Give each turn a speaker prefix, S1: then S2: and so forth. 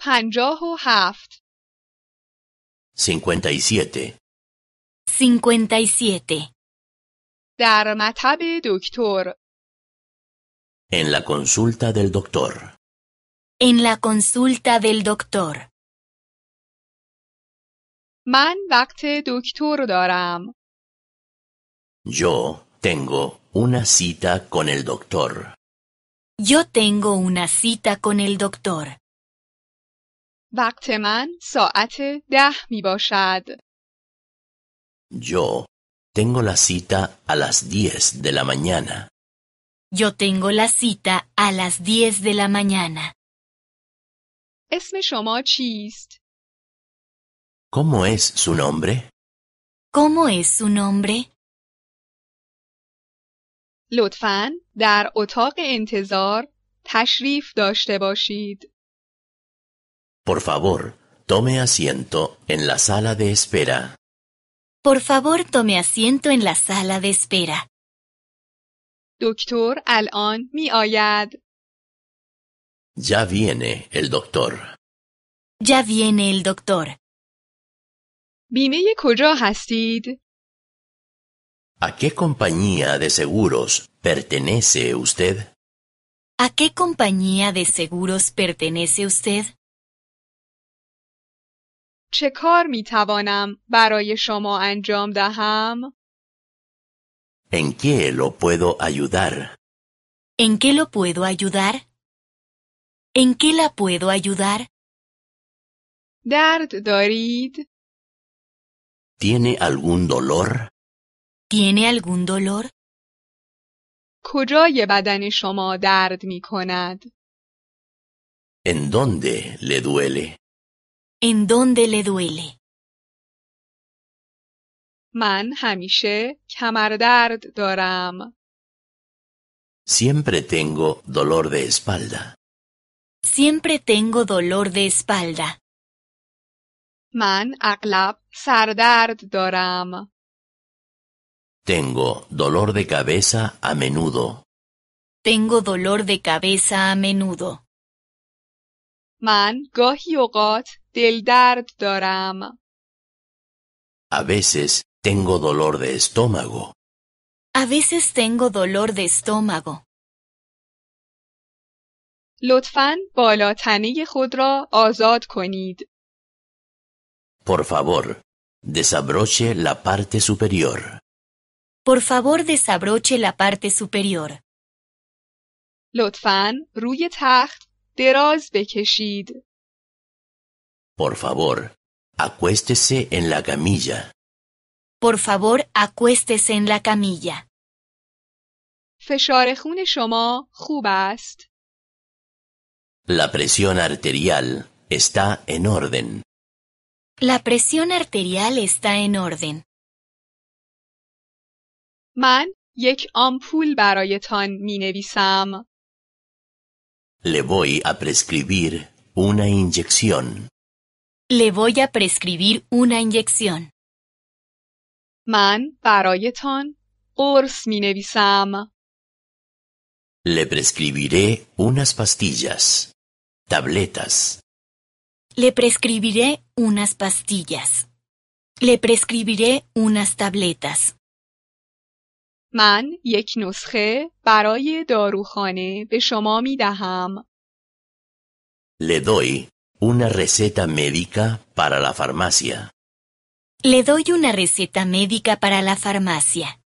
S1: پنجاه و هفت
S2: 57.
S3: 57.
S1: در مطب دکتر
S2: En la consulta del doctor.
S3: En la consulta del doctor.
S1: من وقت دکتر دارم
S2: Yo tengo una cita con el doctor.
S3: Yo tengo una cita con el doctor.
S1: وقت من ساعت ده می باشد
S2: Yo tengo la cita a las 10 de la mañana.
S3: Yo tengo la cita a las 10 de la mañana.
S1: اسم شما چیست؟
S2: ¿Cómo es su nombre?
S3: ¿Cómo es su nombre?
S1: لطفاً در اتاق انتظار تشریف داشته باشید
S2: Por favor, tome asiento en la sala de espera.
S3: Por favor, tome asiento en la sala de espera.
S1: دکتر الان می آید
S2: Ya viene el doctor.
S3: Ya viene el doctor.
S1: بیمه کجا هستید؟
S2: ¿A qué compañía de seguros pertenece usted?
S3: ¿A qué compañía de seguros pertenece usted?
S1: چه کار می توانم برای شما انجام دهم؟
S2: ¿En qué lo puedo ayudar?
S3: ¿En qué lo puedo ayudar? ¿En qué la puedo ayudar?
S1: درد دارید؟
S2: ¿Tiene algún dolor?
S3: ¿Tiene algún dolor?
S1: کجای بدن شما درد می کند؟
S2: ¿En dónde le duele?
S3: ¿En dónde le duele?
S1: من همیشه کمردرد دارم.
S2: Siempre tengo dolor de espalda.
S3: Siempre tengo dolor de espalda.
S1: من اغلب سردرد دارم.
S2: Tengo dolor de cabeza a menudo.
S3: Tengo dolor de cabeza a menudo.
S1: من گاهی اوقات دلدرد دارم.
S2: A veces tengo dolor de estómago.
S3: A veces tengo dolor de estómago.
S1: لطفاً بالاتنه خود را آزاد کنید.
S2: Por favor, desabroche la parte superior.
S3: Por favor, desabroche la parte superior.
S1: لطفاً روی تخت دراز بکشید.
S2: Por favor, acuéstese en la camilla.
S3: Por favor, acuéstese en la camilla.
S1: فشار خون شما خوب است.
S2: La presión arterial está en orden.
S3: La presión arterial está en orden.
S1: من یک آمپول برایتان می نویسم.
S2: Le voy a prescribir una inyección.
S3: Le voy a prescribir una inyección.
S1: من برایتان قرص می نویسم.
S2: Le prescribiré unas pastillas. Tabletas.
S3: Le prescribiré unas pastillas. Le prescribiré unas tabletas.
S1: من یک نسخه برای داروخانه به شما می دهم.
S2: Le doy una receta médica para la farmacia.
S3: Le doy una receta médica para la farmacia.